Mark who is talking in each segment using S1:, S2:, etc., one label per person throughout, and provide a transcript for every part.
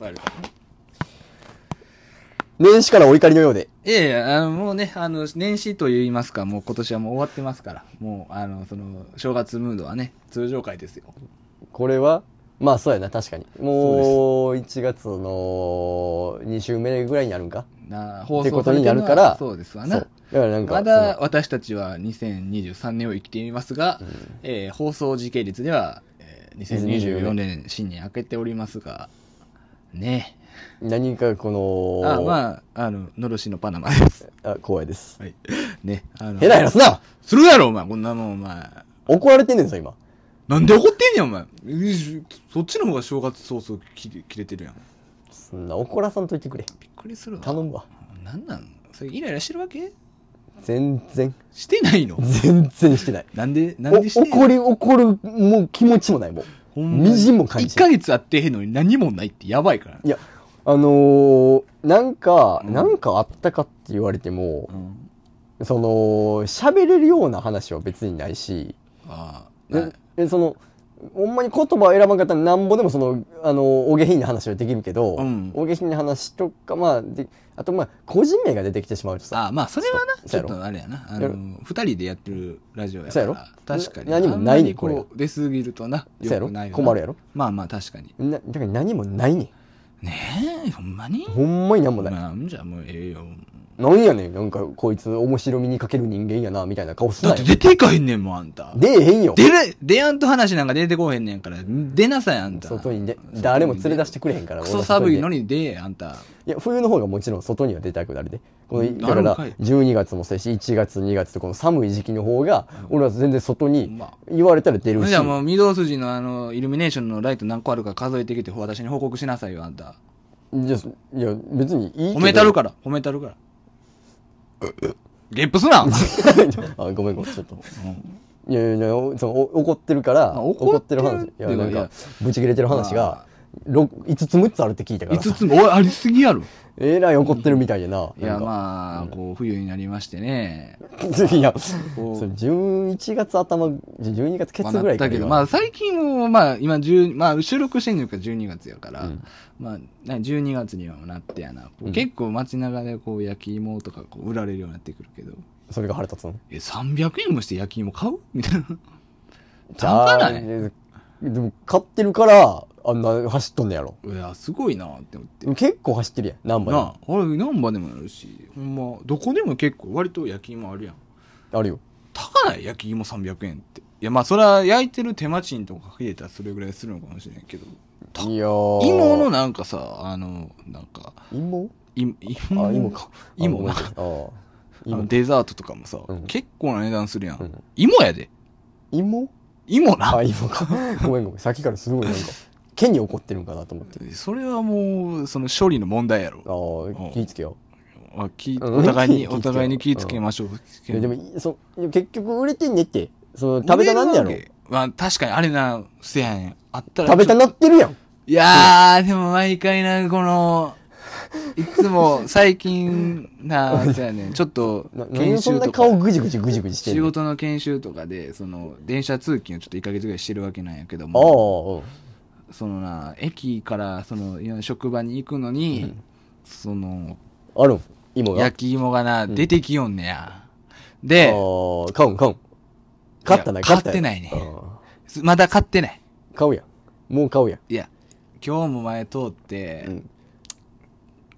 S1: わかるかな。
S2: 年始からお怒りのようで。
S1: いやいや、あの、もうね、あの、年始と言いますか、もう今年はもう終わってますから、もう、あの、その、正月ムードはね、通常回ですよ。
S2: これはまあそうやな、確かに。もう、1月の2週目ぐらいになるんか
S1: な放
S2: って
S1: 送
S2: こ
S1: さ
S2: と
S1: れ
S2: に
S1: て
S2: な
S1: る
S2: る
S1: の
S2: か
S1: は
S2: ら。
S1: そうですわ
S2: そ
S1: な
S2: う。だからなんか、
S1: まだ私たちは2023年を生きていますが、えー放送時系列では、えー2024年新年明けておりますが、ね
S2: その何かこの、
S1: あ、まあ、あの、のろしのパナマです。
S2: あ光栄です。
S1: はい。ね。あの、
S2: ヘラヘラすな
S1: するやろ、お前。こんなもん、お前。
S2: 怒られてんねんぞ、今。
S1: なんで怒ってんねん、お前。うしそっちの方が正月早々切れ切れてるやん。
S2: そんな怒らさんといてくれ。
S1: びっくりするわ。
S2: 頼むわ。
S1: なんなんそれイライラしてるわけ
S2: 全然、
S1: してないの
S2: 全然してない。
S1: なんで、なんでし
S2: お
S1: てんの
S2: 怒り、怒る、もう気持ちもない、もう。
S1: ほ
S2: みじんも感じ
S1: 1ヶ月あってへんのに何もないってやばいから。
S2: いや、あのー、なんか、
S1: うん
S2: なんかあったかって言われても
S1: う、ん。
S2: その、喋れるような話は別にないし、
S1: ああ。
S2: ででそのほんまに言葉を選ばんかったらなんぼでもそのあのお下品な話はできるけど、
S1: うん
S2: お下品な話とかまあであとまあ個人名が出てきてしまうとさ
S1: ああまあ、それはな、
S2: そう
S1: ち
S2: そ
S1: ょっ
S2: うやろ
S1: とあれやな。あ
S2: や
S1: の
S2: ろ、
S1: 二人でやってるラジオやか
S2: そう
S1: ら。
S2: やろ
S1: 確かに。
S2: な何もないね
S1: あん
S2: ん
S1: まりこう出すぎるとな。
S2: そうや
S1: 良
S2: ろ
S1: くないよな
S2: 困るやろ
S1: まあまあ、確かに。
S2: なだから何もないね
S1: ねえ、ほんまに
S2: んほんまに何もない、
S1: まあ、じゃあもうええよ。
S2: なんやねんなんかこいつ面白みにかける人間やなみたいな顔す
S1: だ
S2: な
S1: って
S2: よ
S1: 出ていかへんねんもん、あんた。
S2: 出えへんよ
S1: 出れ、出やんと話なんか出てこへんねんから、出なさい、あんた。
S2: 外にで誰も連れ出してくれへんから
S1: ク
S2: 俺
S1: ソ
S2: は外
S1: 寒
S2: に
S1: いのに出え、あんた。
S2: いや冬の方がもちろん外には出たくなるでこ
S1: うん
S2: のだか
S1: なるん
S2: ら
S1: かい
S2: 12月もそうやし1月2月とこの寒い時期の方が俺は全然外に
S1: まあ
S2: 言われたら出るし
S1: じゃあもう、御堂筋のあの、イルミネーションのライト何個あるか数えてきて、私に報告しなさいよ、あんた。
S2: じゃあいや別にいいけど
S1: 褒めたるから、褒めたるから。ゲップす な
S2: あごめんごめんちょっと
S1: うん
S2: いやいやいやおそのお怒ってるから
S1: あ怒ってる
S2: 怒話いや
S1: でも
S2: なん
S1: いや
S2: かブチ切れてる話がろ5つ6つあるって聞いたから
S1: 五つも、おい、ありすぎやろ。
S2: えらい怒ってるみたいでない
S1: や、
S2: なんか
S1: まあ、こう、冬になりましてね。
S2: いや
S1: こう
S2: それ11月頭12月ケ
S1: まあ
S2: ツぐらい
S1: な
S2: か
S1: ったけど、
S2: 今
S1: まあ、最近も、まあ、今、10まあ、収録してんのが12月やから、
S2: うん
S1: まあ、な12月にはなってやな。こう
S2: うん
S1: 結構街中で、こう、焼き芋とか、こう、売られるようになってくるけど、
S2: それが腹立つの
S1: え、300円もして焼き芋買うみたいな。
S2: じゃ
S1: 高
S2: あ
S1: ない
S2: でも買ってるからあんな走っとんねやろ
S1: いや、すごいな って思って。
S2: でも結構走ってるやん何
S1: な
S2: 番
S1: あ、あれ、何番でもあるし、ほんま、どこでも結構、割と焼き芋あるやん。
S2: あるよ
S1: 高ない焼き芋300円って。いや、まあ、それは焼いてる手間賃とかかけたらそれぐらいするのかもしれないけど、た
S2: いやー
S1: 芋のなんかさ、あの、なんか、
S2: 芋
S1: い芋の
S2: あ芋かあ
S1: 芋な
S2: ごめんあー
S1: あの
S2: 芋
S1: デザートとかもさ、
S2: うん
S1: 結構な値段するやん。
S2: うん
S1: 芋やで。
S2: 芋
S1: 芋な。
S2: あ、今か。 ごめんごめん。さっきからすごいなんか、剣に怒ってるんかなと思って。
S1: それはもう、その処理の問題やろ
S2: あ。あ、気ぃつけよ
S1: あき
S2: うん
S1: お 互いに、
S2: 気ぃつけよ
S1: お互いに気ぃつけましょう。
S2: う。いやでも、そ結局売れてんねって。その食べたなんねやろ
S1: 売れ。るわけまあ、確かにあれな、せやねん。あったら。
S2: 食べたなってるやん。
S1: いやー、でも毎回な、この、いつも最近な、せやねん。ちょっと
S2: な、何
S1: 研
S2: でそん
S1: 修
S2: な
S1: と
S2: 顔
S1: か。
S2: ぐじぐじぐじぐじして
S1: 仕
S2: んの
S1: 事の研修とかで、その、電車通勤をちょっと1ヶ月ぐらいしてるわけなんやけど
S2: あ
S1: も。
S2: あ、うん
S1: そのな駅からそのいや職場に行くのに、その
S2: あるん。芋が。あ
S1: 焼き芋がな、出てきよんねや
S2: あ
S1: で
S2: ー、買うん買うん。買ったない
S1: や
S2: 買った
S1: 買
S2: や
S1: ってないね
S2: ああ
S1: すまだ買ってない
S2: 買うやん。もう買うやん。
S1: いや今日も前通って、
S2: うん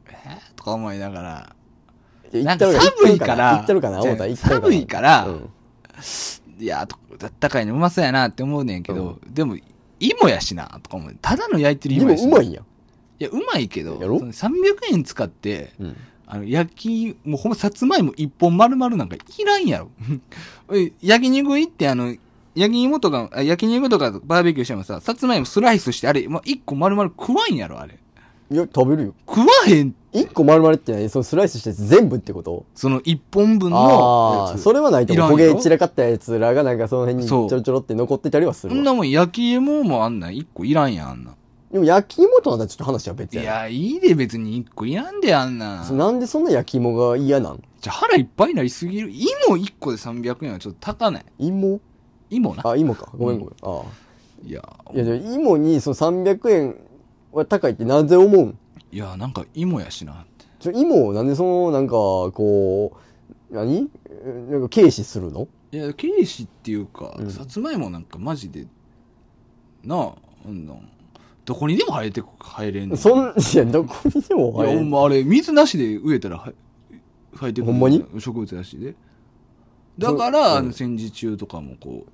S1: えーとか思いながら
S2: いや
S1: なんか
S2: 行ったろ
S1: 寒いから
S2: 行ってるかな思った。
S1: じゃあ
S2: 行ったろ
S1: 寒いから
S2: うん
S1: いやとあったかいのうまそうやなって思うねんけど、でも芋やしなとか思うただの焼いてる
S2: で
S1: 芋
S2: も
S1: やし
S2: う
S1: な
S2: ま
S1: い
S2: いんやん。
S1: やうまいけど
S2: やろ
S1: その300円使って
S2: うん。
S1: あの、焼き、もうほんま、さつまいも一本丸々なんかいらんやろ。 おい焼肉行って、あの、焼き芋とか、あ焼肉とかバーベキューしてもさ、さつまいもスライスして、あれ、まあ、一個丸々食わんやろ、あれ。
S2: いや、食べるよ。
S1: 食わへん、
S2: 一個丸々って何そのスライスしたやつ全部ってこと
S1: その一本分の
S2: あ
S1: や
S2: あ、
S1: つ。
S2: それはないと
S1: い
S2: 思う。焦
S1: らんよ
S2: げ散らかったやつらがなんかその辺にち
S1: そう
S2: ょろちょろって残ってたりはす
S1: そ
S2: る
S1: ん
S2: わ。
S1: なもん焼き芋もあんなん、一個いらんやん、あんな。
S2: でも焼き芋とはまたちょっと話は別
S1: い
S2: やな。
S1: や、いいで別に一個いらんで、あんな
S2: そ。なんでそんな焼き芋が嫌なん
S1: じゃ、腹いっぱいになりすぎる。芋一個で300円はちょっと高ない。
S2: 芋
S1: 芋な。
S2: あ、芋か。ごめんごめん。あ
S1: いや、
S2: あ。いや、でも芋にその300円俺高いってなぜ思うん
S1: いや、なんか芋やしなって。
S2: ちょ芋をなんでそのなんかこう何えなんか軽視するの
S1: いや、軽視っていうか、
S2: うん
S1: さつまいもなんかマジで、なあ、あんなん、どこにでも生えてこ、生えれんの。
S2: そんいやどこにでも
S1: いや、ほ
S2: 生える
S1: んまあれ、水なしで植えたらは生えてくる。
S2: ほんまに
S1: 植物らしいで。
S2: そ
S1: だから、
S2: うん
S1: あの戦時中とかもこ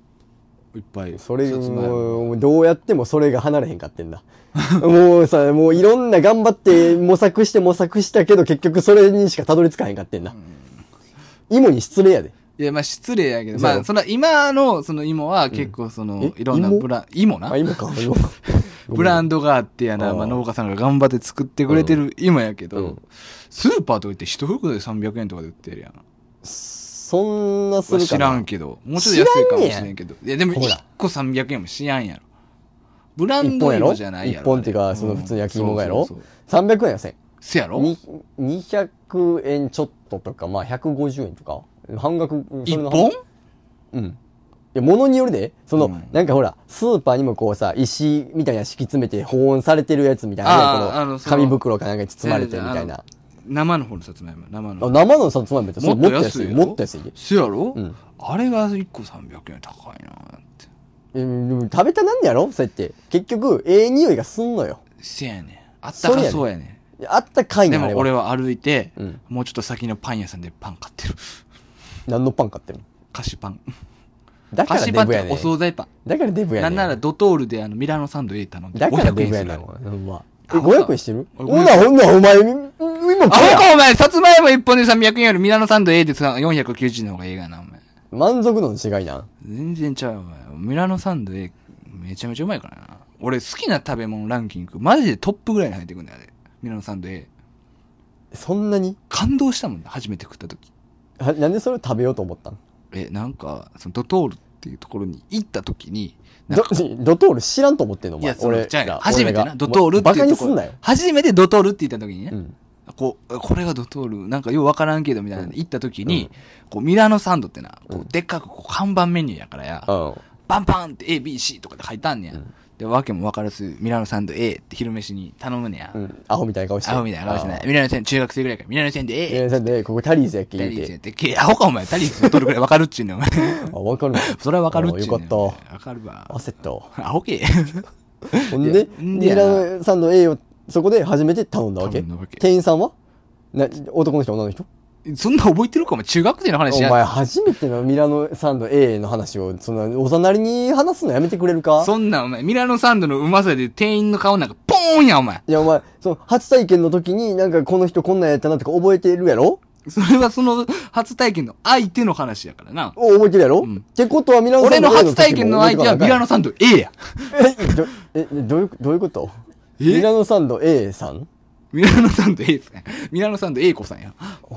S1: う、いっぱい、
S2: それ
S1: さつまいも
S2: もうどうやってもそれが離れへんかってんだ もうさもういろんな頑張って模索して模索したけど結局それにしかたどり着かへんかってんだ、芋に失礼やで
S1: いや、まあ失礼やけど、
S2: そう
S1: まあ、その今のその芋は結構その、
S2: え
S1: いろんな
S2: 芋
S1: ブラン、芋な
S2: あ 芋か芋か
S1: ブランドがあってやな、
S2: あー
S1: まあ農家さんが頑張って作ってくれてる芋やけど、
S2: うん
S1: スーパーとか行って一袋で300円とかで売ってるやん。
S2: そんなするかな
S1: 知らんけど。もうちょっと安いかもしれんけど。いや、でも
S2: ほら
S1: 1個300円も知らんやろ。ブラン
S2: 一
S1: ド
S2: 本や
S1: 芋
S2: ろ
S1: じゃないやろ。
S2: 一本っていう
S1: あ
S2: か、
S1: れ
S2: その普通に焼き芋がやろ、
S1: そうそうそう
S2: 300円やせん。
S1: せやろ
S2: に200円ちょっととか、まあ150円とか。半額、うんそ
S1: 一
S2: れの
S1: 本
S2: うん。いや、物によるで、その、
S1: うん
S2: なんかほら、スーパーにもこうさ、石みたいな敷き詰めて保温されてるやつみたいな、
S1: あー
S2: この
S1: あのその
S2: 紙袋かなんかに包まれてみたい
S1: いやいや
S2: な。
S1: 生の方のさつまいも。生
S2: あ
S1: の。
S2: 生のさつまいもってそれ
S1: もっと安いやろ
S2: もっと安いで。
S1: せやろ、
S2: うん
S1: あれが1個300円高いなって。
S2: えでも食べたなんねやろそうやって。結局、ええ匂いがすんのよ。
S1: せやねん。あったかそうやね
S2: いやあったかい
S1: ん。
S2: ね
S1: で
S2: んあれ
S1: も
S2: は
S1: 俺は歩いて、
S2: うん
S1: もうちょっと先のパン屋さんでパン買ってる。
S2: 何のパン買ってんの
S1: 菓子パン。
S2: だか
S1: 菓
S2: ら
S1: 子
S2: デ
S1: パンっ
S2: ブや
S1: て
S2: ね
S1: お
S2: ん。
S1: 惣菜パン。
S2: だからデブやね。
S1: なんんならドトールであのミラノサンド A 頼んで
S2: だから
S1: 500
S2: デ
S1: 円
S2: ブ
S1: す
S2: や
S1: る
S2: な
S1: から。
S2: ほんま。え、
S1: あほんま
S2: 500円してる
S1: あ
S2: ほな、ほんなら、お前、今、
S1: アホ
S2: 食え
S1: かお前、さつまいも1本で300円よりミラノサンド A でさ490円の方がええがな、お前。
S2: や満足度の違いな。
S1: 全然ちゃうよ、お前。ミラノサンド A めちゃめちゃうまいからな。俺好きな食べ物ランキング、マジでトップぐらいに入ってくんだよ、あれ。ミラノサンド A。
S2: そんなに
S1: 感動したもんね、初めて食った時。
S2: はなんでそれを食べようと思ったん
S1: え、なんか、そのドトールっていうところに行った時に、なん
S2: ド
S1: か
S2: ドトール知らんと思ってんのお
S1: い
S2: 前
S1: や、その、
S2: 俺
S1: じゃあ
S2: ら
S1: 初めてな、
S2: 俺が
S1: ドトールって
S2: バ
S1: い
S2: カ
S1: う
S2: に
S1: と
S2: す
S1: こ
S2: ん
S1: ろ
S2: なよ。
S1: 初めてドトールって言った時にね
S2: う、ん。
S1: こう、これがドトール、なんかようわからんけどみたいなの
S2: うん
S1: 行った時に、こうミラノサンドってな、こ
S2: う
S1: うんでっかくこう看板メニューやからや、
S2: うん。
S1: バンバンって A、B、C とかで書いたんねや。
S2: うん
S1: で、わけもわからず、ミラノサンド A って昼飯に頼むねや。
S2: うん。アホみたいな顔して。
S1: アホみたいな顔してない
S2: あ。
S1: ミラノサンド、中学生ぐらいから、ミラノサンド
S2: ー。
S1: A!
S2: いや、さで、ここタリーズやっけ
S1: タ
S2: 言
S1: リーズ
S2: う
S1: やって、けアホかお前、タリーズ取るぐらいわかるっちゅう ねん、お前。
S2: て。あ、わかるわ。
S1: それはわかるっちゅうねん。
S2: あーよかっ
S1: わかるわ
S2: た。。焦った。
S1: アホけ。
S2: ほんで、
S1: ん
S2: ミ
S1: でやな
S2: ラノさんの A をそこで初めて頼んだわけ
S1: 頼んだわけ
S2: 店員さんはな男の人、女の人
S1: そんな覚えてるかお前、中学生の話
S2: お
S1: や。
S2: 前初めてのミラノサンド A の話を、そんな、おざなりに話すのやめてくれるか
S1: そんなんお前、ミラノサンドのうまさで店員の顔なんか、ポーンや、お前。
S2: いや、お前、その、初体験の時に、なんかこの人こんなんやったなとか覚えてるやろ
S1: それはその初体験の相手の話やからな。
S2: お覚えてるやろ、
S1: うん
S2: ってことはミラノサ
S1: 俺
S2: ンド
S1: の
S2: A
S1: 初体験の相手はミラ
S2: ノ。
S1: ノサンド A や。
S2: え、ど、え、どういう、どういうこと
S1: え
S2: ミラノサンド A さん
S1: ミラノサンド A さん。ミラノサンド A 子さんや。
S2: はあ、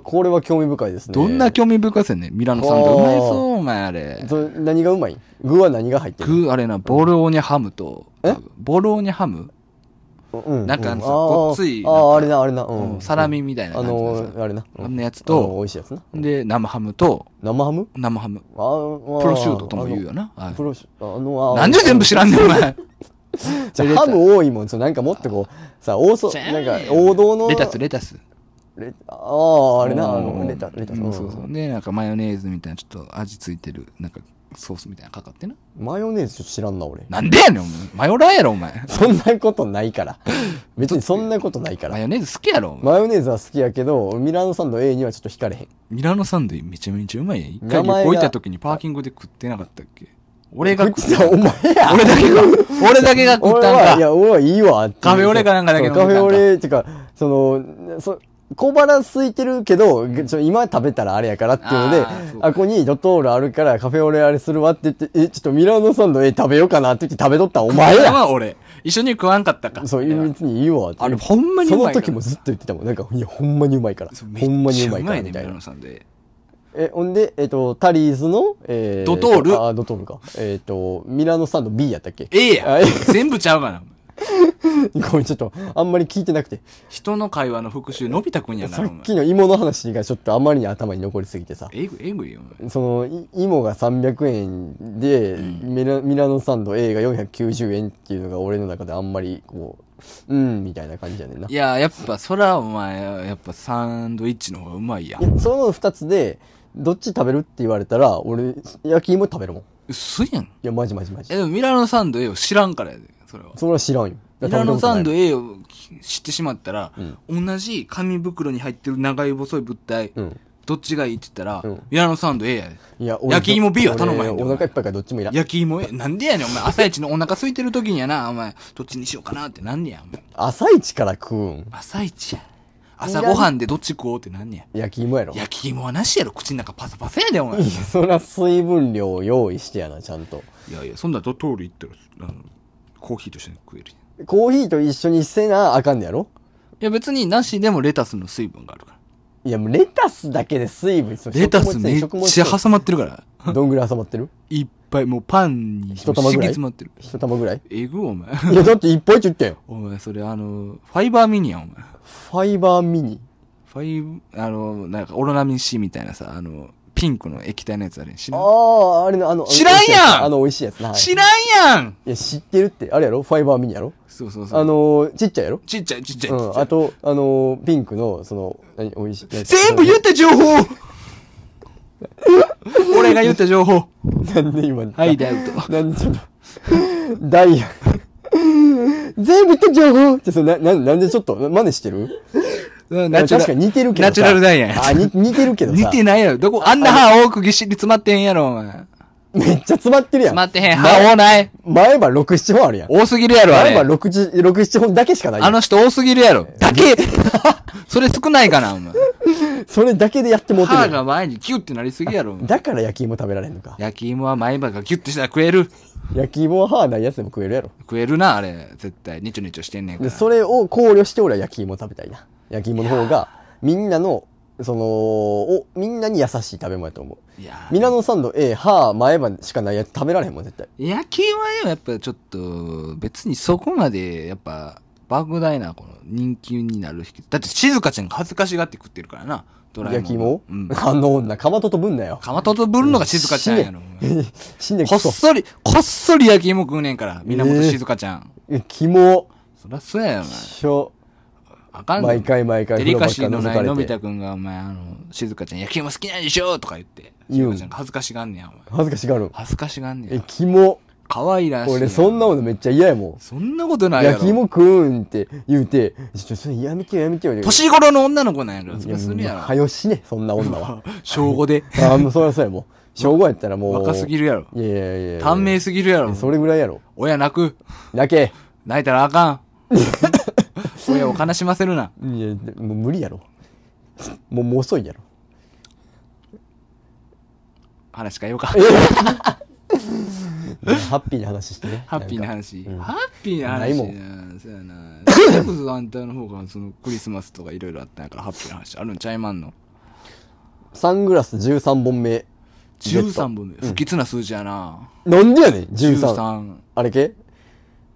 S2: これは興味深いですね。
S1: どんな興味深さやねんミラノサンド。う
S2: は
S1: ま
S2: あ
S1: いそう、お前あれ。
S2: ど何がうまい具は何が入ってる
S1: 具、あれな、ボローニャハムと
S2: え、
S1: ボローニャハム、
S2: うん
S1: なんかあのさ
S2: う
S1: ごっつい
S2: あー
S1: なんか
S2: あー、あれな、あれな。う。
S1: うんんサラミみたいな
S2: あ
S1: 感じの
S2: の
S1: さ
S2: ー、あれな。
S1: あんなやつ
S2: あの美
S1: と、
S2: 味しいやつな。
S1: で、生ハムと、
S2: 生ハム
S1: 生ハム。
S2: あー
S1: プロシュートとも言う。よな。
S2: あ
S1: あ
S2: のプロシュあの、あー
S1: なんで全部知らんねん、お前。
S2: じゃあハム多いもん、そうなんかもっとこう、さ、大そ、
S1: じゃあ
S2: なんか王道の。
S1: レタス、レタス。
S2: レああ、あれな、あ
S1: う
S2: の、
S1: ん
S2: レタ、レタス。
S1: うんそうそう。で、なんかマヨネーズみたいな、ちょっと味ついてる、なんかソースみたいなのかかってな。
S2: マヨネーズちょっと知らんな、俺。
S1: なんでやねん、お前。マヨラーやろ、お前。
S2: そんなことないから。 別にそんなことないか
S1: マ
S2: ら。
S1: ヨネーズ好きやろ、お前
S2: マヨネーズは好きやけど、ミラノサンド A にはちょっと惹かれへん。
S1: ミラノサンドめちゃめちゃうまいやん。一
S2: 名
S1: 回旅
S2: 前が
S1: 行行った時にパーキングで食ってなかったっけ俺が食
S2: 食
S1: っ
S2: って たお前や。
S1: 俺だけ が、俺だけが食っ
S2: 俺
S1: た
S2: は、
S1: んだ。
S2: いや、俺はいいわっていう。
S1: カフェオレかなんかだけ飲んで
S2: そう
S1: たんだ
S2: カフェオレっていうか、その、そ小腹空いてるけど、ぐちょ今食べたらあれやからっていうので、
S1: あ
S2: あ
S1: ーそうか
S2: ここにドトールあるからカフェオレあれするわって言って、え、ちょっとミラノサンドえ食べようかなって言って食べとったんお前
S1: 俺
S2: や
S1: は俺。一緒に食わんかったか。
S2: そう、別にいいわって。
S1: あれほんまにうまいから
S2: その時もずっと言ってたもん。なんか、いや、ほんまにうまいから。ほんまにうまいから、
S1: め
S2: み
S1: っちゃうまいね、
S2: た
S1: ミ
S2: い
S1: ラ
S2: な
S1: ノ。サンドで。
S2: え、ほんで、えっと、タリーズの、えー
S1: ドトール
S2: あ、ドトールか。えっと、ミラノサンド B やったっけ
S1: ええや
S2: あえ
S1: ん。全部ちゃうがな。お前
S2: ごめん、ちょっと、あんまり聞いてなくて。
S1: 人の会話の復習、のび太くんやな、
S2: さ
S1: お
S2: っ
S1: 前
S2: きの芋の話がちょっとあまりに頭に残りすぎてさ。
S1: えぐえぐいよ、お前
S2: その、い芋が300円で、ミラミラノサンド A が490円っていうのが俺の中であんまり、こう、うん、みたいな感じやねんな。
S1: いや、やっぱ、そら、お前、やっぱ、サンドイッチの方がうまいやん。
S2: いやその2つで、どっち食べるって言われたら、俺、焼き芋食べるもん。い
S1: 薄いやん。
S2: や、マジマジマジ
S1: え、。でも、ミラノサンド A を知らんからやで、それは。
S2: それは知らんよ。
S1: ミラノサンド
S2: い
S1: A を知ってしまったら、同じ紙袋に入ってる長い細い物体、
S2: うん
S1: どっちがいいって言ったら、
S2: ん
S1: ミラノサンド A やで。
S2: や、俺
S1: 焼き芋 B は頼まへんで
S2: 俺お腹いっぱいからどっちもいらん。
S1: 焼き芋 A、なんでやねん、お前。朝一のお腹空いてる時にやな、お前。どっちにしようかなってなんねや、お前。
S2: 朝一から食うん。
S1: 朝一や。朝ごはんでどっち食おうってなんね
S2: 焼き芋やろ。
S1: や。焼き芋はなしやろ、口の中パサパサやで、お前。
S2: いやそら水分量を用意してやな、ちゃんと。
S1: いやいや、そんなドトール行ったら、あの、コーヒーとして食える。い
S2: コーヒーと一緒にせなあかんのやろ
S1: や、別になしでもレタスの水分があるから。
S2: いや、もうレタスだけで水分、それ
S1: レタスめっ
S2: 食物
S1: ち
S2: 繊
S1: ゃ
S2: 維食物
S1: 挟まってるから。
S2: 繊維どんぐらい挟まってる
S1: いっぱい、もうパンに
S2: 一玉ぐらい
S1: 敷き詰まってる。
S2: 一玉ぐらい
S1: えぐお前。
S2: いや、だっていっぱいって言ったよ。
S1: お前、それあの、ファイバーミニやん、お前。
S2: ファイバーミニ。
S1: ファイあの、なんかオロナミン C みたいなさ、あの、ピンクの液体のやつあれ知
S2: あ
S1: らん
S2: あ、あれの、あの、
S1: 知らんやん
S2: あの、美味しいやつな。はい
S1: 知らんやん
S2: いや、知ってるって、あれやろファイバーミニやろ
S1: そうそうそう。
S2: あのー、ちっちゃいやろ
S1: ちっちゃいちっちゃい。
S2: う
S1: ちっ
S2: ん。
S1: ちゃい
S2: あと、あのー、ピンクの、その、何、美味しいやつ。
S1: 全部言った情 報俺が言った情 報。
S2: なんで今、
S1: はい、でアウト。
S2: なんでちょっと、ダイヤ。全部言った情報って、それな、な、なんでちょっと、真似してる
S1: うん
S2: 確かに似てるけどさ。
S1: ナチュラルダイヤや
S2: あ、に似てるけど
S1: 似
S2: さ。
S1: てないやろ。どこ、あんな歯多くぎっしり詰まってへんやろ、お前。詰
S2: めっちゃ詰まってるやん。
S1: まってへん。歯多ない。
S2: 前歯6、7本あるやん。
S1: 多すぎるやろ、あ
S2: 前
S1: れ
S2: 歯。6、7本だけしかないや
S1: あ
S2: ん。
S1: の人多すぎるやろ。だけ それ少ないかな、お前。
S2: それだけでやってもうてるや
S1: 歯
S2: ん
S1: が前にギュッてなりすぎやろ、お前
S2: だから焼き芋食べられんのか。
S1: 焼き芋は前歯がギュッてしたら食える。
S2: 焼き芋は歯ないやつでも食えるやろ。
S1: 食えるな、あれ。絶対。ニチョニチョしてんねんか
S2: で、
S1: ら。
S2: それを考慮して俺は焼き芋食べたいな。焼き芋の方が、みんなの、その、お、みんなに優しい食べ物やと思う。
S1: いやー
S2: ミラノサンド、ええ、歯、前歯しかないやつ食べられへんもん、絶対。
S1: 焼き芋はでもやっぱちょっと、別にそこまで、やっぱ、莫大な、この、人気になる秘訣。だって、静香ちゃんが恥ずかしがって食ってるからな、ドラえもん
S2: 焼
S1: が。
S2: き芋、
S1: うん。
S2: あの女、かまととぶんなよ。
S1: かまととぶるのが静香ちゃんやろ。お前
S2: 死んで
S1: こっ
S2: くそ。
S1: そり、こっそり焼き芋食うねんから、源静香ちゃん。
S2: え肝、
S1: そりゃそうやよ、お前。
S2: しょ、
S1: あかん
S2: 毎回毎回
S1: デリカシーのない
S2: 風
S1: の
S2: 呂ば
S1: び
S2: っか覗
S1: 太く
S2: かれ
S1: んが、お前、あの、静香ちゃん焼き芋好きなんでしょとか言って。
S2: 言
S1: 静
S2: う
S1: 香ちゃんが恥ずかしがんねや、お前。
S2: 恥ずかしがる。
S1: 恥ずかしがんね
S2: え
S1: や、。
S2: 肝。
S1: 可愛らしいや。
S2: 俺、そんなものめっちゃ嫌やも。
S1: そんなことなんいやろ。
S2: 焼き芋食うんって言うて、ちょ、それやめてよ、やめてよ。
S1: 年頃の女の子なんやから、そ
S2: いや
S1: れするやろ。
S2: はよしね、そんな 女は。
S1: 小5で。
S2: ああ、もうそりゃそうや、もう。小5やったらもう。
S1: 若すぎ
S2: る。
S1: るやろ。
S2: いやいやいやいや。
S1: 短命すぎるやろ。
S2: それぐらいやろ。
S1: 親泣く。
S2: だけ。
S1: 泣いたらあ かん。親を悲しませるな。
S2: いや、もう無理やろ。もう、もう遅い やろ。
S1: 話変えよう か。
S2: ハッピーな話してね。
S1: ハッピーなん
S2: か。
S1: 話。ハッピーな
S2: ない
S1: 話
S2: も
S1: な。そうやな。それこそあんたの方が、その、クリスマスとかいろいろあったんやから、ハッピーな話あるんちゃいまんの。
S2: サングラス13本目。
S1: 13本目。不吉な数字やな。
S2: なんでやねん、13。
S1: 13。
S2: あれけ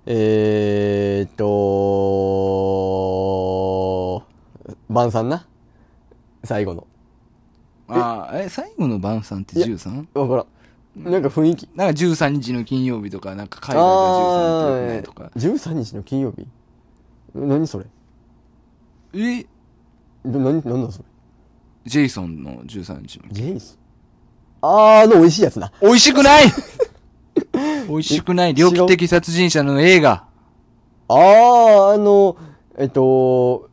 S2: えーっと、晩餐な。最後の。
S1: ああ、え、最後の晩餐って
S2: いや
S1: 13?
S2: わからん。なんか雰囲気。
S1: なんか13日の金曜日とか、なんか海外が13ってよくない
S2: あ
S1: とか
S2: あ。13日の金曜日何それ
S1: え
S2: な何何だそれ
S1: ジェイソンの13日の。
S2: ジェイソンあーあの美味しいやつな
S1: 美味しくない 美味しくない猟奇的殺人者の映画。
S2: あああのえっと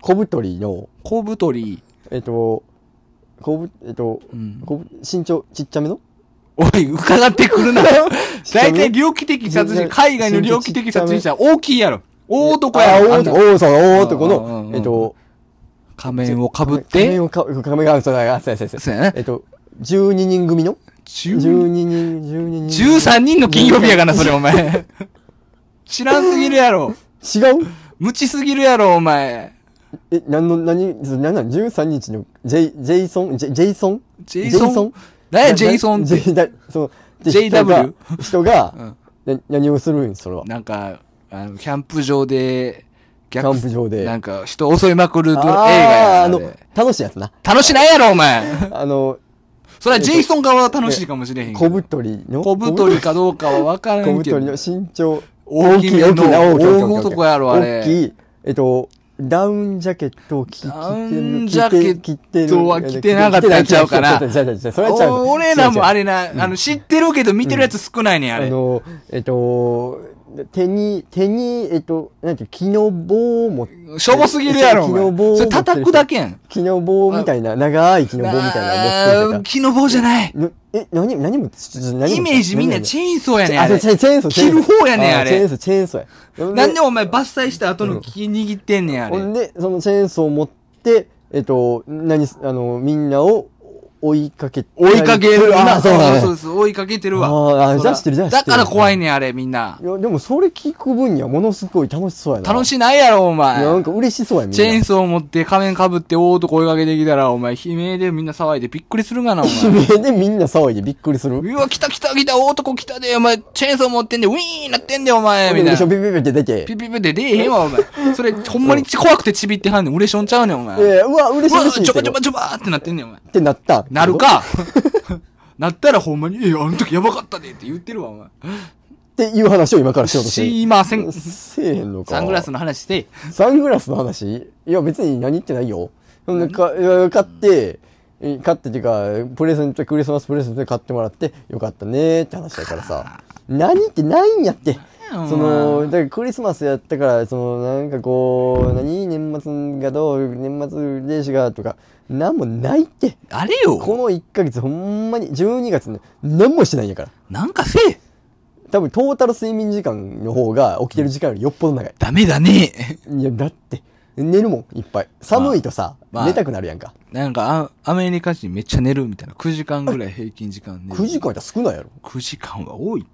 S2: 小太りの
S1: 小太り。
S2: えっと小ぶえっと、
S1: うん
S2: 小ぶ身長ちっちゃめの
S1: おい、伺ってくる な。大体猟奇的殺
S2: 全
S1: 人、
S2: 然
S1: 海外の猟奇的殺人者は大きいやろ。大男
S2: あ
S1: やろ。
S2: あ
S1: あ
S2: 大
S1: んた
S2: 男大男大男
S1: うんうんうんう
S2: の
S1: ん
S2: えっと
S1: 仮面をかぶっ
S2: 仮
S1: て
S2: 面、をか仮面がそうだあそうやそう
S1: そ
S2: やそうう
S1: や
S2: や
S1: ね
S2: えっと12人組の12
S1: 10
S2: 人12人
S1: 13人の金曜日やがな、それお前。 知らんすぎるやろ。
S2: 違う
S1: 無知すぎるやろ、お前。
S2: え、なんの、何、何なん、13日の、ジェイ、ジェイソン、ジェジェイソン
S1: ジェイソン何や、ジェイソンっ
S2: ジ
S1: て。
S2: ェイだ、その、で
S1: JW
S2: 人が、人が、な何をするんそれは。
S1: なんか、ああの、キャンプ場で、キ
S2: キャンプ場で
S1: なんか、人襲いまくるド映画
S2: ああー、
S1: や
S2: あ
S1: なあ
S2: の
S1: れ、
S2: 楽しいやつな。
S1: 楽しないやろ、お前
S2: あの、
S1: それはジェイソン側は楽しいかもしれへんけ
S2: 小
S1: ど。
S2: 太り の。
S1: 小太りかどうかは分から
S2: 小
S1: んけ
S2: 太りの
S1: ど。
S2: 身長。
S1: 大
S2: 大
S1: き
S2: き
S1: め
S2: い、
S1: の
S2: 大きいな、大きい。
S1: 大
S2: 大きい
S1: 男やろあれ
S2: 大きい。えっと、ダウンジャケットを着着てる。
S1: ダウンジャケットは着てなか
S2: 着
S1: ったんちゃうかな
S2: 着てない着てない着てないそれはちゃう。
S1: お俺らもあれな、
S2: ん
S1: あの、知ってるけど見てるやつ少ないねん、あ
S2: あ
S1: れ。
S2: の、えっと、手に、手に、えっと、なんていう、木の棒を持って、
S1: しょぼすぎるやろ、お
S2: 木の棒
S1: 前。
S2: を
S1: それ叩くだけやん。
S2: 木の棒みたいな、長い木の棒みたいなの持
S1: あ
S2: っ
S1: ー
S2: て
S1: 木の棒じゃない。
S2: た。なえ、何、何も、ちょちょ何も
S1: イメージみんなチェーンソーやねん、あ
S2: あ、そ
S1: れ
S2: う。チェーンチェーンソー、チェーンソー。
S1: 切る方やねんあれ
S2: チェーンソー、チェーンソーや。
S1: なんでお前伐採した後の木握ってんねん、あれ
S2: ほ。んで、そのチェーンソーを持って、えっと、何す、あの、みんなを追いかけ
S1: 追いかけるわ。
S2: あ、そうだね。
S1: そうです。追いかけてるわ。
S2: あー
S1: そら
S2: あじゃあ知ってるじゃあ知って
S1: だ
S2: る
S1: から怖いねん、あれ、みんな。
S2: いや、でもそれ聞く分にはものすごい楽しそうやな。
S1: 楽
S2: い。
S1: しないやろ、お
S2: なん
S1: 前。
S2: か嬉しそうや、みんな。
S1: チェーンソー持って仮面被って大男追いかけてきたら、お前、悲鳴でみんな騒いでびっくりするがな、お前。
S2: 悲鳴でみんな騒いでびっくりする。
S1: うわ、来た来た来た、大男来たで、お前、チェーンソー持ってんで、ウィーンなってんで、お前、みたい
S2: でしょ
S1: な。
S2: ビビビビって出て。
S1: ピピピって出えへんわ、お前。それ、ほんまに怖くてちびってはんねん。俺しょんちゃうねん、お前。
S2: え
S1: うわ、
S2: ー、うわ、嬉しい嬉しい
S1: ちょばちょ
S2: っ
S1: ばちょばーってなってんねん、お前。
S2: てなった。
S1: なるかなったらほんまに、え、あの時やばかったでって言ってるわ、お前。
S2: っていう話を今からしようとしてる。
S1: しません。
S2: せえへんのか。
S1: サングラスの話して。
S2: サングラスの話いや、別に何言ってないよ。なんか、いや買って、え買ってっていうか、プレゼント、クリスマスプレゼントで買ってもらって、よかったねーって話だからさ。何言ってないんやって。
S1: お前
S2: その、だからクリスマスやったから、その、なんかこう、何年末がどう、年末年始がとか、なんもないって。
S1: あれよ。
S2: この1ヶ月ほんまに、12月ね、何もしてないんやから。
S1: なんかせえ。
S2: 多分トータル睡眠時間の方が起きてる時間よりよっぽど長い。
S1: ダメだね。
S2: いや、だって、寝るもん、いっぱい。寒いとさ、
S1: まあ
S2: 寝たくなるやんか。
S1: なんか、あアメリカ人めっちゃ寝るみたいな。9時間ぐらい平均時間寝る。
S2: 9時間やったら少ないやろ。
S1: ?9 時間は多い。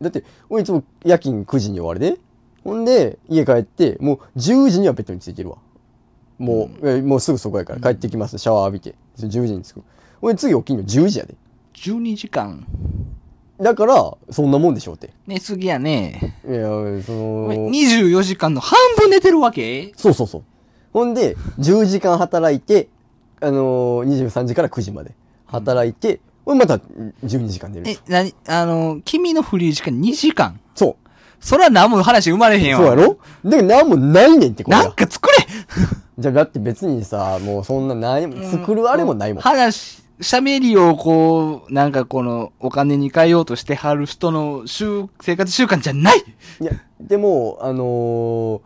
S2: だって、俺いつも夜勤9時に終わるで。ほんで、家帰って、もう10時にはベッドについてるわ。もう、えもうすぐそこやから、帰ってきます、シャワー浴びて。10時に着く。俺次起きんの10時やで。
S1: 12時間。
S2: だから、そんなもんでしょうって。
S1: 寝すぎやね。
S2: いや、そ
S1: お
S2: の
S1: 前、24時間の半分寝てるわけ
S2: そうそうそう。ほんで、10時間働いて、あのー、23時から9時まで働いて、俺また12時間寝
S1: え
S2: る。、
S1: なに、あの、君のフリー時間2時間。
S2: そう。
S1: そら何も話生まれへんわ。
S2: そうやろだから何もないねんってこれ
S1: なん
S2: が。
S1: か作れ
S2: じゃあだって別にさ、もうそんなないもん、作るあれもないもん。
S1: 話、喋りをこう、なんかこの、お金に変えようとしてはる人の習、生活習慣じゃない
S2: いや、でも、あのー、こ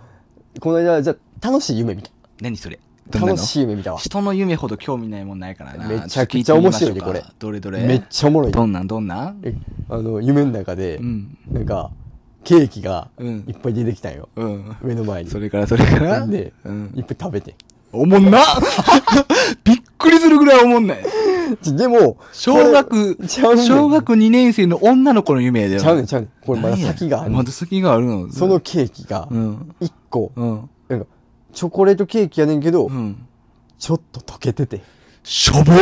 S2: の間、じゃあ楽しい夢見た。
S1: 何それ
S2: 楽しい夢見たわ。
S1: 人の夢ほど興味ないもんないからな。
S2: めちゃくちゃ面白いね
S1: ちょっと聞てみましょうかどれどれ
S2: めっちゃおもろい。
S1: どんなんどんなん
S2: えあの、夢の中で
S1: う、ん。
S2: なんか、ケーキが
S1: うん
S2: いっぱい出てきたんよ。
S1: うん。
S2: 目の前に。
S1: それからそれから
S2: で、
S1: うん。
S2: いっぱい食べて。
S1: おもんな びっくりするぐらいおもんない。
S2: ちでも、
S1: 小学
S2: これ、ちゃうねん
S1: 小学2年生の女の子の夢やで。
S2: ちゃうねんちゃうねん。これまだ先がある
S1: ま。だ先があるの。
S2: その、ケーキが
S1: う、ん。
S2: 一個、
S1: うん。
S2: なんか、チョコレートケーキやねんけど
S1: う、ん。
S2: ちょっと溶けてて。
S1: しょぼ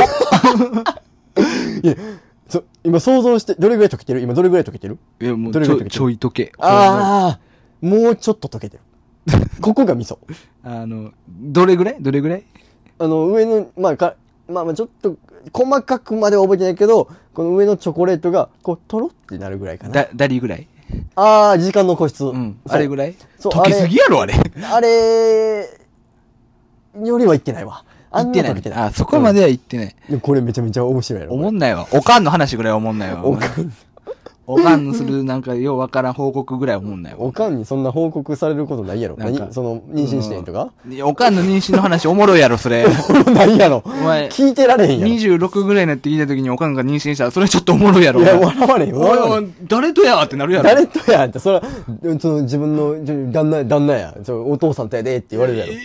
S2: いや、そ、今想像して、どれぐらい溶けてる今どれぐらい溶けてる
S1: いや、もう
S2: どれ
S1: ち
S2: が
S1: ょ
S2: 溶けてる
S1: ちょい時計。
S2: ああ、もうちょっと溶け てる。ここが味噌。
S1: あの、どれぐらいどれぐらい
S2: あの、上の、まあ、か、まあまあちょっと、細かくまでは覚えてないけど、この上のチョコレートが、こう、とろってなるぐらいかな。
S1: だ、だりぐらい
S2: ああ、時間の個室。
S1: うん。あれぐ
S2: ら
S1: らい
S2: そう
S1: 溶けすぎやろ、あれ。
S2: い。あれ、よりはいってないわ。あ
S1: 行
S2: ん
S1: って
S2: な
S1: な
S2: 溶けて
S1: い。
S2: ない。
S1: あ、そこまでは行ってない。
S2: うん。これめちゃめちゃ面白いやろ。
S1: おもんないわ。おかんの話ぐらいおもんないわ。
S2: おかん、
S1: おかんのする、なんか、ようわからん報告ぐらいおもんないわ
S2: お。かんにそんな報告されることないやろ。
S1: なんか
S2: 何その、妊娠してんとか、
S1: いやおかんの妊娠の話おもろいやろ、それ。
S2: ないやろ。
S1: 前
S2: 聞いてられへんやろ。
S1: 26ぐらいになって聞いた時におかんが妊娠したら、それちょっとおもろいやろ。
S2: いや、笑われへん。
S1: お
S2: 笑われへん
S1: いおい誰とやってなるやろ。
S2: 誰とやって、それは、その自分の、じ旦那、旦那や、そのお父さんとやでって言われるやろ。
S1: え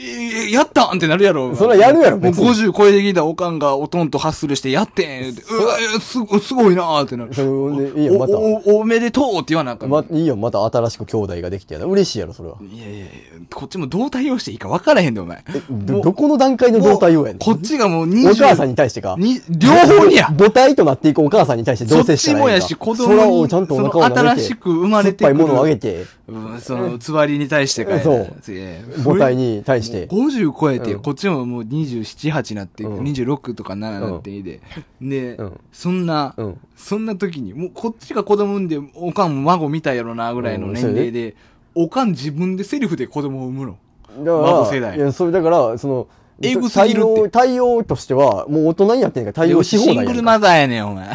S1: え、やったんってなるやろ。
S2: そらやるやろ
S1: もう
S2: 別に
S1: 50超えてきたおかんがおとんとハッスルして、やってんって、うわ、えすごすごいなーってなる。
S2: そうほんでいいよまた
S1: おおおめでとうって言わなあかん。
S2: ま、いいよ、また新しく兄弟ができてやな。嬉しいやろ、それは。
S1: いやいやいや、こっちもどう対応していいか分からへんで、お前。も
S2: ど、
S1: う
S2: どこの段階の動体応援
S1: こっちがもう20
S2: お母さんに対してか。
S1: に両方にや
S2: 母体となっていくお母さんに対してど
S1: そうっ
S2: 接した
S1: ち
S2: らええ
S1: も
S2: んか
S1: やし、子
S2: それ
S1: 供
S2: を
S1: に、
S2: ちゃんと
S1: そ
S2: お
S1: の
S2: 腹を舐め
S1: 新
S2: て
S1: しく生まれてく
S2: 酸っ
S1: る。
S2: ぱいものをあげて、
S1: うんその、つわりに対してかや
S2: そう
S1: いやいや
S2: 母体に対して。
S1: 50超えて、
S2: うん
S1: こっちももう27、8なって、
S2: うん
S1: 26とか7なっていいで、で、
S2: うん
S1: そんな、
S2: うん。
S1: そんな時に、もうこっちが子供産んで、おかんも孫見たやろな、ぐらいの年齢で、おかん自分でセリフで子供を産むの。
S2: だから、
S1: 孫世代
S2: いや、それだから、その、
S1: えぐすぎるって
S2: 対応、対応としては、もう大人になってんねんから対応し放
S1: シ
S2: 題
S1: ン
S2: や
S1: グ
S2: ん
S1: ル
S2: か
S1: マザーやねん、お前。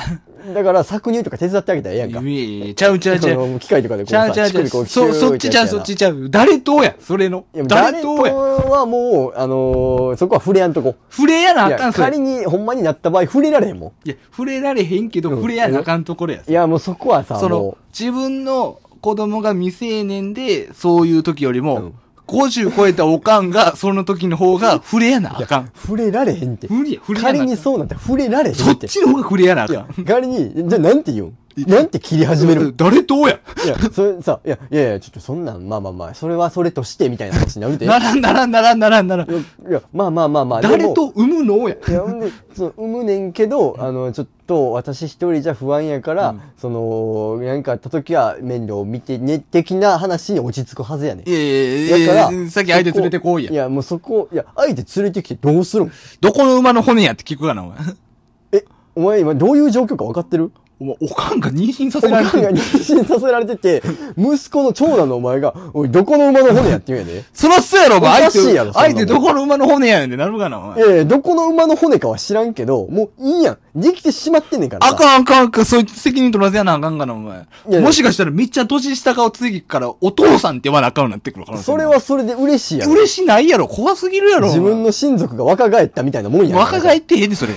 S2: だから、搾乳とか手伝ってあげたらええやんか。
S1: いえいえちゃうちゃうちゃう。
S2: その機械とかでこう
S1: ちゃ
S2: さ、
S1: うちゃうちゃう。
S2: 乳首こうキュー
S1: そ、そっちちゃう、
S2: て
S1: そ
S2: や
S1: っ
S2: つや
S1: ちちゃう。誰とや、それの。
S2: ないや、
S1: 誰
S2: 誰
S1: とや。
S2: とはもう、あのー、そこは触れやんとこ。
S1: 触れやないあか
S2: や、
S1: ん、それ
S2: 仮。にほんまになった場合、触れられへんも
S1: いや、触れられへんけど、
S2: うん
S1: 触れやなあかんところや
S2: ん。い。や、もうそこはさ、
S1: そ
S2: も
S1: の、自分の子供が未成年で、そういう時よりも、
S2: うん
S1: 50超えたおかんが、その時の方が、触れやなあか
S2: う
S1: ん。、
S2: 触れられへんって。
S1: 無理や、触れやなあ
S2: 仮
S1: かん
S2: にそうなったら触れられへん
S1: そ
S2: っ。
S1: ってちの方が触れやなあ
S2: い
S1: か
S2: や
S1: ん。、
S2: 仮に、じゃあなんて言うんなんて切り始めるん
S1: 誰とや。
S2: いや、それさ、いや、いやいや、ちょっとそんなん、まあまあまあ、それはそれとして、みたいな話になるで。い
S1: な
S2: や、
S1: らんならんならんならんならん。
S2: いやまあまあまあまあ、でも
S1: 誰と産むのや。
S2: いや、ほんで、その、産むねんけど、あの、ちょっと、私一人じゃ不安やから、その、なんかあった時は、面倒を見てね、的な話に落ち着くはずやねん。
S1: いやいやい
S2: だ
S1: や
S2: から、
S1: さっき相手連れてこい
S2: い
S1: や。
S2: や、もうそこ、いや、相手連れてきてどうするん
S1: どこの馬の骨やって聞くかな、お前。
S2: え、お前今どういう状況か分かってる
S1: お前、おかんが妊娠さ
S2: お
S1: せら
S2: かん
S1: れ
S2: が
S1: てる
S2: 妊娠させられてて、息子の長男のお前が、おい、どこの馬の骨やって言うんやで。
S1: そらそうやろ、お前。
S2: おかしいやろ
S1: 相手、相
S2: そ
S1: 手
S2: んなも
S1: ど
S2: ん
S1: この馬の骨やねんってなるかな、お前。
S2: ええどこの馬の骨かは知らんけど、もういいやん。できてしまってんねんから
S1: あ
S2: さ。
S1: かんあかんあかん、そいつ責任取らせやなあかんかな、お前
S2: い。や
S1: もしかしたらめっちゃ年下が次からお父さんって言わなあかんようになってくるから。
S2: それはそれで嬉しいやん。
S1: 嬉しないやろ、怖すぎるやろ。
S2: 自分
S1: の。
S2: の親族が若返ったみたいなもんやん。
S1: 若返ってへんで、それ。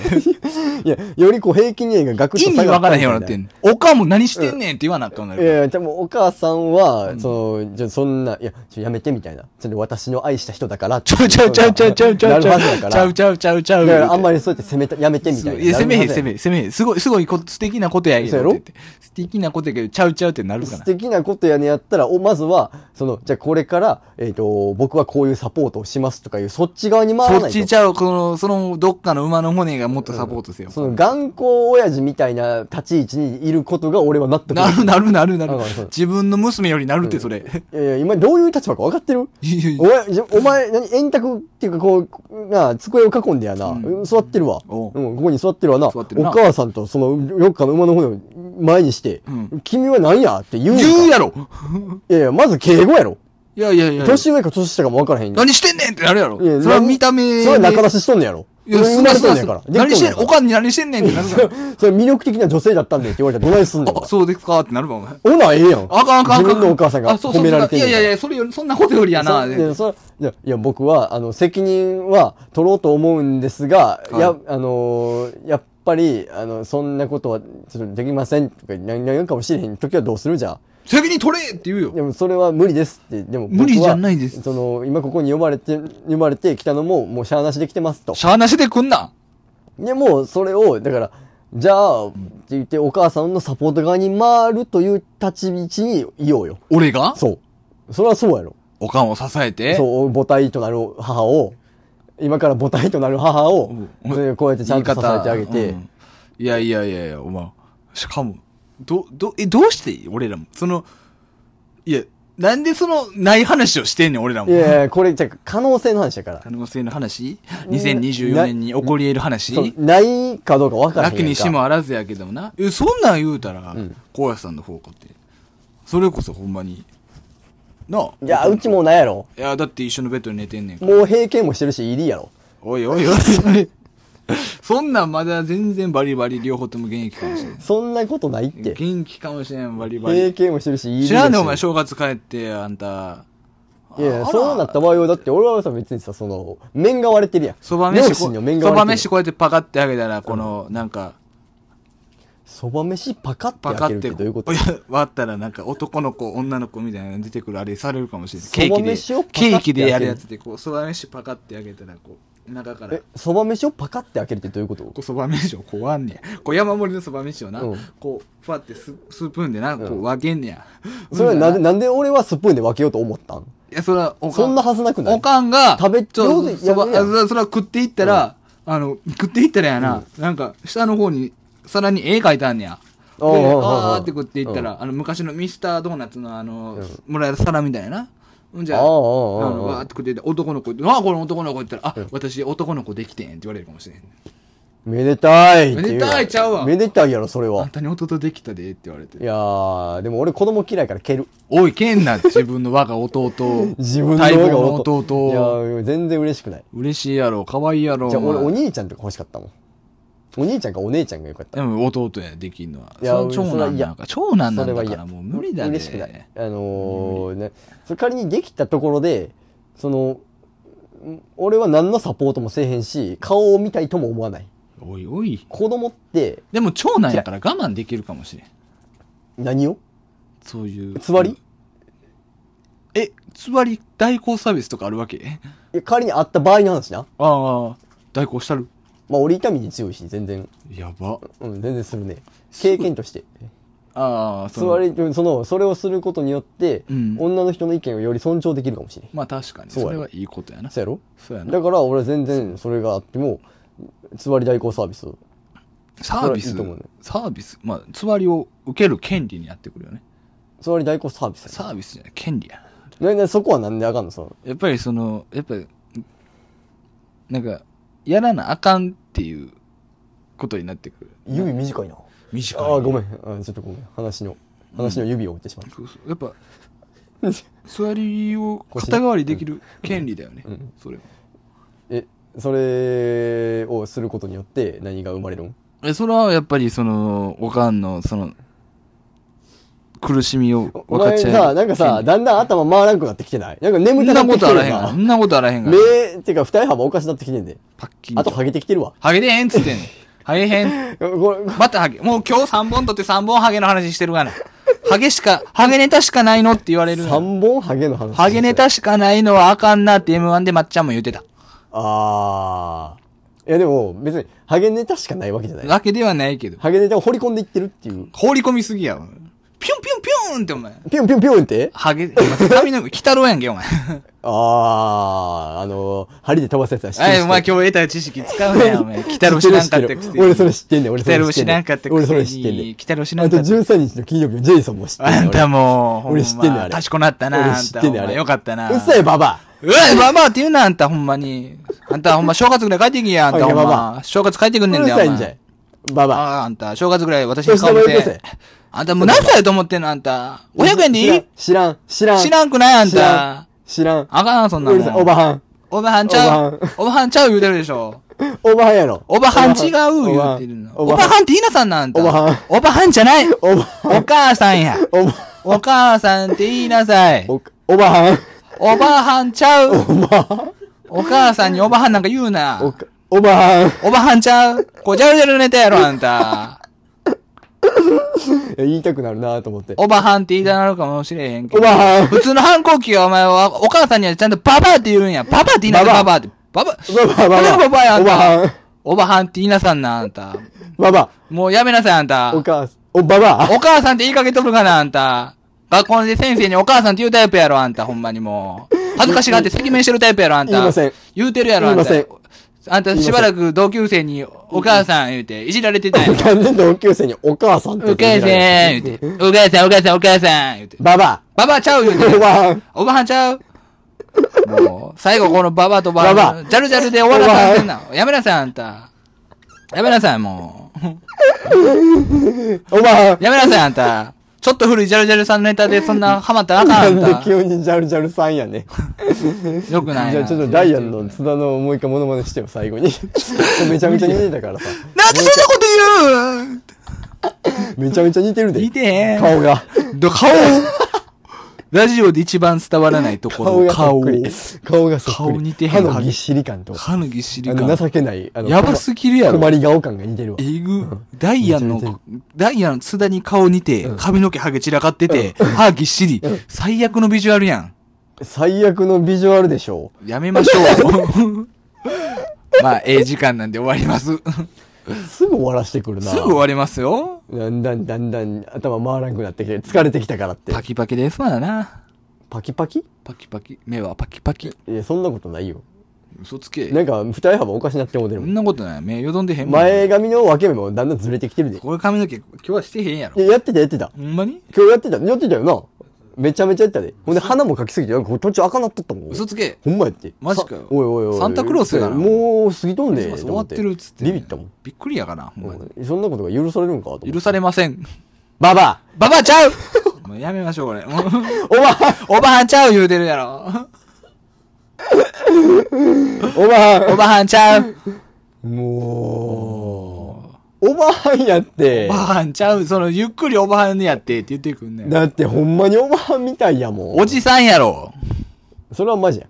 S2: いや、よりこう平均年齢がガクッ
S1: 意
S2: と
S1: 味わからへんようにな
S2: み
S1: ったて
S2: い
S1: んねん。おかんも何してんねんって言わなあかんなる
S2: いやいや、でもお母さんは、その、じゃあそんな、いや、ちょやめてみたいな。それ私の愛した人だからって
S1: ちゃうちゃうちゃうちゃうちゃうちゃ
S2: な
S1: う
S2: る
S1: ちゃ
S2: は
S1: う
S2: ずだから。
S1: ちゃうちゃうちゃうちゃう。
S2: だからあんまりそうやって責めた、やめてみたいな。
S1: いや、攻めへん、攻
S2: め。
S1: めへん、攻めへん。すごい、すごいこ、素敵なことやけ
S2: そう
S1: ど
S2: や
S1: っ
S2: ろ
S1: て言って。素敵なことやけど、ちゃうちゃうってなるか
S2: 素
S1: ら。
S2: 敵なことやねやったら、お、まずは、その、じゃあこれから、えっ、と、僕はこういうサポートをしますとかいう、そっち側に回らない
S1: そ
S2: と。
S1: っちちゃう、この、その、どっかの馬の骨がもっとサポートせよ。
S2: その、頑固親父みたいな立ち位置にいることが俺は納得
S1: なるなるなるなる
S2: あそう。
S1: 自分の娘よりなるって、それ。
S2: いやいや、今どういう立場か分かってる
S1: いやい
S2: お
S1: や
S2: 前、じゃお前、何、円卓っていうか、こう、なあ、机を囲んでやな、座ってるわ。
S1: おう
S2: うん、ここに座ってるわな。
S1: 座ってるな
S2: お母さんと、その、よっかの馬の骨を前にして、
S1: うん
S2: 君は何やって言うん か
S1: 言うやろ
S2: いやいや、まず敬語やろ。
S1: いやいやいや。
S2: 年上か年下かも分からへんねん
S1: 何してんねんってなるやろ。そ
S2: いや
S1: れは見た目で。
S2: それは仲出ししとんねやろ。
S1: いや、
S2: 生
S1: す
S2: ま
S1: な
S2: れ
S1: す
S2: とん
S1: な
S2: ねや
S1: す
S2: か
S1: な
S2: ら。。
S1: 何してん
S2: できと
S1: おかんに何してんねんってなるか
S2: んねんからそれ魅力的な女性だったんでって言われたらどないすんねん
S1: ら。あ、。そうですかってなるわ、お前。
S2: おな、ええやん。
S1: あかんあかんあかん。
S2: 自分のお母さんが
S1: あそうそう
S2: 褒められてんね
S1: い
S2: んか
S1: や
S2: ら
S1: いやいや、それより、そんなことよりやな。
S2: そいやそいやいや僕はあの責任は取ろうと思うんですが、
S1: はい
S2: やあのーやっぱりあのそんなことはちょっとできませんとか何々かもしれへん時はどうするじゃん
S1: 責任取れって言うよ。
S2: でもそれは無理ですってでも僕は
S1: 無理じゃないです
S2: その今ここに呼ばれて呼ばれてきたのももうしゃあなしで来てますと
S1: しゃあなしでくんな。
S2: でもうそれをだからじゃあって言ってお母さんのサポート側に回るという立ち位置にいようよ
S1: 俺が
S2: そうそれはそうやろ
S1: おかんを支えて。
S2: そう、母体となる母を、今から母体となる母を、
S1: うん
S2: それでこうやってちゃんと支えてあげ
S1: 言い
S2: て、
S1: 方うんいやいやいやいや、お前。しかも、ど、ど、え、どうして俺らも。その、いや、なんでその、ない話をしてんねん、俺らも。
S2: いやいや、これ、じゃあ可能性の話だから。
S1: 可能性の話
S2: うん
S1: ?2024 年に起こり得る
S2: そう
S1: 話
S2: ないかどうか分からへんやん
S1: 楽
S2: か。
S1: にしもあらずやけどもな。え、そんなん言うたら
S2: うん、
S1: 高野さんの方向って。それこそほんまに。なあ。
S2: いや、うちもないやろ。
S1: いや、だって一緒のベッドに寝てんねんから。
S2: もう閉経もしてるし、いりやろ。
S1: おいおいおい。そんなんまだ全然バリバリ両方とも現役かもしれん。
S2: そんなことないって。
S1: 元気かもしれん、バリバ
S2: 閉
S1: リ。
S2: 経もしてるし、いりやし。
S1: 知らんねん、お前、正月帰って、あんた。
S2: いやいや、
S1: あら
S2: そうなった場合は、だって俺はさ、別にさ、その、面が割れてるやん。
S1: そば飯
S2: 両
S1: こ、
S2: 親の面が
S1: そば
S2: 割れて
S1: 飯
S2: る。
S1: こうやってパカってあげたら、この、なんか、
S2: そば飯パカって
S1: パカ
S2: 開け
S1: っ
S2: るっててどういうこと
S1: いや割ったらなんか男の子女の子みたいなの出てくるあれされるかもしれない
S2: そば飯をパカって
S1: ケーキで
S2: 開ける
S1: やるやつでこうそば飯パカってあげたらこう中から
S2: えそば飯をパカって開けるってどういうこと
S1: こうそば飯をこう割んねやこう山盛りのそば飯をな、
S2: うん
S1: こうふわってススプーンでなこ
S2: うん
S1: う分けんねや、
S2: それはなんで
S1: い
S2: なんで俺はスプーンで分けようと思ったん
S1: やそれはおかん
S2: そんなはずなくない
S1: おかんが
S2: 食べ
S1: ちょ
S2: ようで
S1: そば
S2: やるやん
S1: あそれは食っていったら、あの食っていったらやな、なんか下の方にさらに絵描いてあんねやで
S2: おうおうおうおう
S1: あーって食っていったら、あの昔のミスタードーナツのあの、
S2: うん
S1: もらえる皿みたいなほんじゃ
S2: あ
S1: あ
S2: あああああ
S1: のわーって食っていって男の子って「ああこれ男の子」って言ったら「あ私男の子できてん」って言われるかもしれん
S2: めでたいって言うやん
S1: めでたいちゃうわ
S2: めでたいやろそれ
S1: あん
S2: は
S1: たに弟できたでって言われて
S2: いやーでも俺子供嫌いから蹴る
S1: おい、けんな、自分の我が弟を。
S2: 自分の
S1: 待望の
S2: 弟
S1: 弟
S2: いや
S1: を。
S2: ー全然嬉しくない
S1: 嬉しいやろ、可愛いやろ。
S2: じゃあ俺
S1: お
S2: お
S1: 前
S2: 兄ちゃんとか欲しかったもんお兄ちゃんかお姉ちゃんがよかった
S1: でも弟や、できんのは。
S2: いや
S1: その長
S2: 俺そ
S1: 男
S2: れは嫌
S1: なんか、長男なん
S2: そ
S1: だ
S2: れは
S1: から
S2: 嫌
S1: もう無理だね。
S2: 嬉しくない。あのーね、それ仮にできたところで、その、ん俺は何のサポートもせえへんし、顔を見たいとも思わない。
S1: おいおい。
S2: 子供って
S1: でも長男やから我慢できるかもしれん。
S2: 何を
S1: そういう。
S2: つわり
S1: え、つわり代行サービスとかあるわけ
S2: いや仮にあった場合の話な。
S1: ああ、代行したる。
S2: まあ俺痛みに強いし、全然、
S1: やば。
S2: うん、全然するね。
S1: すご
S2: 経
S1: い
S2: 験として。
S1: ああ、そ
S2: つ
S1: の
S2: わ。り、その、それをすることによって、
S1: うん
S2: 女の人の意見をより尊重できるかもしれん。
S1: まあ確かに。
S2: そうや
S1: そ
S2: ろ
S1: れはいいことやな。
S2: そうやろ
S1: そうやな
S2: だ。から俺は全然それがあっても、つわり代行サービス。
S1: サービス
S2: それはいいと思うね、
S1: サービス、まあ、つわりを受ける権利になってくるよね。
S2: つわり代行サービスや
S1: サービスじゃない、権利や。
S2: な。ねねそこはなんであかんのその、
S1: やっぱりその、やっぱり、なんか、やらなあかんっていうことになってくる。
S2: 指短いな。
S1: 短い、
S2: ああ、ごめん。あちょっとごめん。話の、話の指を折ってしまっ
S1: そうそうやっぱ、
S2: た。
S1: 座りを肩代わりできる権利だよね。
S2: うん
S1: それは。
S2: え、それをすることによって何が生まれるん
S1: え、それはやっぱりその、おかんの、その、苦しみを
S2: お
S1: 分かっ
S2: 前
S1: ちゃう。
S2: さ、なんかさ、だんだん頭回らんくなってきてないなんか
S1: そ
S2: 眠
S1: ん
S2: たな
S1: な
S2: っ
S1: こ
S2: てき
S1: と
S2: て
S1: あ
S2: る
S1: らへんがな。そんなことあらへんがな。
S2: 目、てか二重幅おかしなってきてんで。
S1: パッキン
S2: あと、ハゲてきてるわ。
S1: ハゲでへんっつってんねん。ハゲへん。
S2: これ、
S1: またハゲ。もう今日3本取って3本ハゲの話してるがな。ハゲしか、ハゲネタしかないのって言われるがな。
S2: 三本ハゲの話。
S1: ハゲネ。タしかないのはあかんなって M1 でまっちゃんも言ってた。
S2: あー。いやでも、別に、ハゲネタしかないわけじゃない。
S1: わけではないけど。
S2: ハゲネタを掘り込んでいってるっていう。
S1: 放り込みすぎやわ。ピョンピョンピョンってお前。
S2: ピョンピョンピョンって
S1: ハゲ、お前髪の毛、鬼太郎やんけ、お前。
S2: あー、あの、針で飛ばすやつは知ってる
S1: あい、お前今日得た知識使うなよ、お前。鬼太郎知らんかったくせに。
S2: 俺それ知ってんねん俺
S1: 鬼
S2: そ
S1: 太
S2: れ知
S1: 郎
S2: って
S1: 知
S2: んね
S1: ら
S2: ん
S1: んかったくせに。
S2: 俺それ知ってんねん
S1: 鬼太郎知ら
S2: あ
S1: んか
S2: と
S1: ったくせに。
S2: 13日の金曜日のジェイソンも知ってんね
S1: あ
S2: ん
S1: ん
S2: 俺
S1: たもう、ほんま
S2: 俺知ってんねんあれ
S1: 賢なったな、
S2: 俺
S1: あん
S2: 知
S1: た。
S2: ってん
S1: お
S2: ねんあれ
S1: 前よかったな。
S2: うっせえババ
S1: うわ、まあまあって言うな、あんた、ほんまに。あんた、ほんま、正月ぐらい帰ってきや、あん た、
S2: あい
S1: ほ
S2: や
S1: ん
S2: まあ
S1: ま。正月帰ってくんね
S2: アうんる
S1: だよ、
S2: さ
S1: お
S2: いんじゃ
S1: 前
S2: い。ババア
S1: ああ、あんた、正月ぐらい私に顔見。
S2: よして
S1: あんた、もう何歳やと思ってんの、あんた。500円でいい
S2: 知らん知らん
S1: 知らんくない、あん
S2: 知らん
S1: た。
S2: 知らん
S1: あかん、そんな
S2: うるさい
S1: も
S2: お
S1: ん。
S2: ばはん
S1: おばはんちゃ
S2: おば
S1: う。おばはんちゃう言うてるでしょ。
S2: おばはんやろ
S1: おばはん違う
S2: お
S1: 言
S2: ば
S1: う
S2: は
S1: て
S2: ん
S1: るの。
S2: お
S1: お
S2: ば
S1: ば
S2: はん
S1: はんって言いなさんな、あんた。
S2: おばはん
S1: おばはんじゃない。
S2: おば
S1: お母さんや。
S2: おば
S1: お母さんって言いなさい。
S2: おおばはん
S1: おばはんちゃう。
S2: おばはん
S1: お母さんにおばはんなんか言うな。
S2: おかおばはん
S1: おばはんちゃうこじゃるじゃるネタやろ、あん た。
S2: いや言いたくなるなと思って
S1: おばはんって言いたなるかもしれへんけど。
S2: おばはん
S1: 普通の反抗期はお前は、お母さんにはちゃんとババアって言うんや。ババアって言いなさい、
S2: バ
S1: バ
S2: バ
S1: バアって。ババア。
S2: ババアババア
S1: おばばやあ
S2: お
S1: ん
S2: ばはん
S1: た。おばはんって言いなさんな、あんた。
S2: ババ
S1: もうやめなさい、あんた。
S2: アお
S1: お
S2: 母さんおばばあ
S1: 母さんって言いかけとるかな、あんた。学校で先生にお母さんって言うタイプやろ、あんた、ほんまにもう。恥ずかしがって赤面してるタイプやろ、あんた。
S2: 言いません
S1: 言うてるやろ、あんた
S2: 言い。
S1: あんたしばらく同級生にお母さん言うて、いじられてたんや。
S2: なんで同級生にお母さんって
S1: お母
S2: 言
S1: さ、
S2: うんられる
S1: 言うて。お母さん、お母さん、お母さん、言うて。
S2: ババ
S1: ババアちゃう、 言う
S2: アお
S1: て。
S2: ばはん
S1: おばはんちゃう。もう、最後このババアとバ
S2: ババ
S1: バア、ジャルジャルで終わらされてんな。やめなさい、あんた。やめなさい、もう。
S2: おばはん
S1: やめなさい、あんた。ちょっと古いジャルジャルさんのネタでそんなハマったらあかん、あ
S2: なん
S1: ん
S2: で
S1: た。
S2: 急にジャルジャルさんやね。
S1: よくないな。
S2: じゃあちょっとダイアンの津田のもう一回モノマネしてよ、最 後に。めちゃめちゃ似てたからさ。
S1: なんでそんなこと言う
S2: めちゃめちゃ似てるで。
S1: 似てへん
S2: 顔が。
S1: ど顔ラジオで一番伝わらないところの顔を
S2: 顔が。顔がそっくり。
S1: 顔似てへん
S2: 歯のぎっしり感と。あ
S1: 歯のぎっしり
S2: の
S1: 感。
S2: 情けない。あの
S1: やばすぎるやろ。
S2: 困り顔感が似てるわ。
S1: えぐ。ダイアン
S2: めちゃめ
S1: の、ダイアン、津田に顔似て
S2: うん、
S1: 髪の毛ハゲ散らかってて、歯ぎっしり
S2: うん。
S1: 最悪のビジュアルやん。
S2: 最悪のビジュアルでしょ
S1: やめましょ う。まあ、ええ時間なんで終わります。
S2: う。すぐ終わらしてくるな。
S1: すぐ終わりますよ。
S2: だんだんだんだん頭回らなくなってきて、疲れてきたからって。
S1: パキパキですまだな。
S2: パキパキ
S1: パキパキ。目はパキパキ。
S2: いや、そんなことないよ。
S1: 嘘つけ。
S2: なんか、二重幅おかしなって思ってる
S1: そ
S2: も
S1: ん
S2: ん。
S1: なことない。目よどんでへんもん。
S2: 前髪の分け目もだんだんずれてきてるで。
S1: これ髪の毛、今日はしてへんやろ
S2: い。や、やってたやってた。
S1: ほんまに
S2: 今日やってた。やってたよな。めちゃめちゃやったで。ほんで、鼻もかきすぎて、なんかこう途中赤なっとったもん。
S1: 嘘つけ。
S2: ほんまやって。
S1: マジかよ
S2: さおいおいおい。
S1: サンタクロースやな
S2: もう過ぎとん
S1: クリス
S2: で。
S1: マス
S2: と
S1: 終
S2: 思
S1: わってるっつって。
S2: ビビったもん。
S1: びっくりやから、ほんまに
S2: うんそんなことが許されるんかと思って。
S1: 許されません。
S2: ババ
S1: ババアち ゃうもうやめましょう、これ。もう
S2: アおばは
S1: おばはんちゃう言うてるやろ。
S2: んおば
S1: お
S2: は
S1: ばはんちゃう。
S2: んもう。おばはんやっ
S1: お
S2: て
S1: ば。はんちゃう。その、ゆっくりおばはんやってって言ってくんねん。
S2: だってほんまにおばはんみたいやもん。
S1: おじさんやろ。
S2: それはマジや。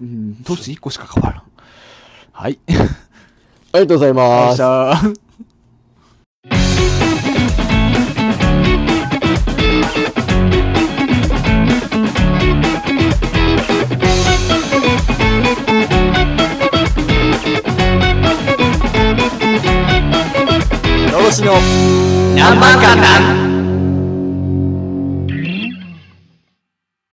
S1: うん、年1個しか変わらん。 はい。
S2: ありがとうございます。
S1: ゃ。
S2: よろしの。
S1: 生かな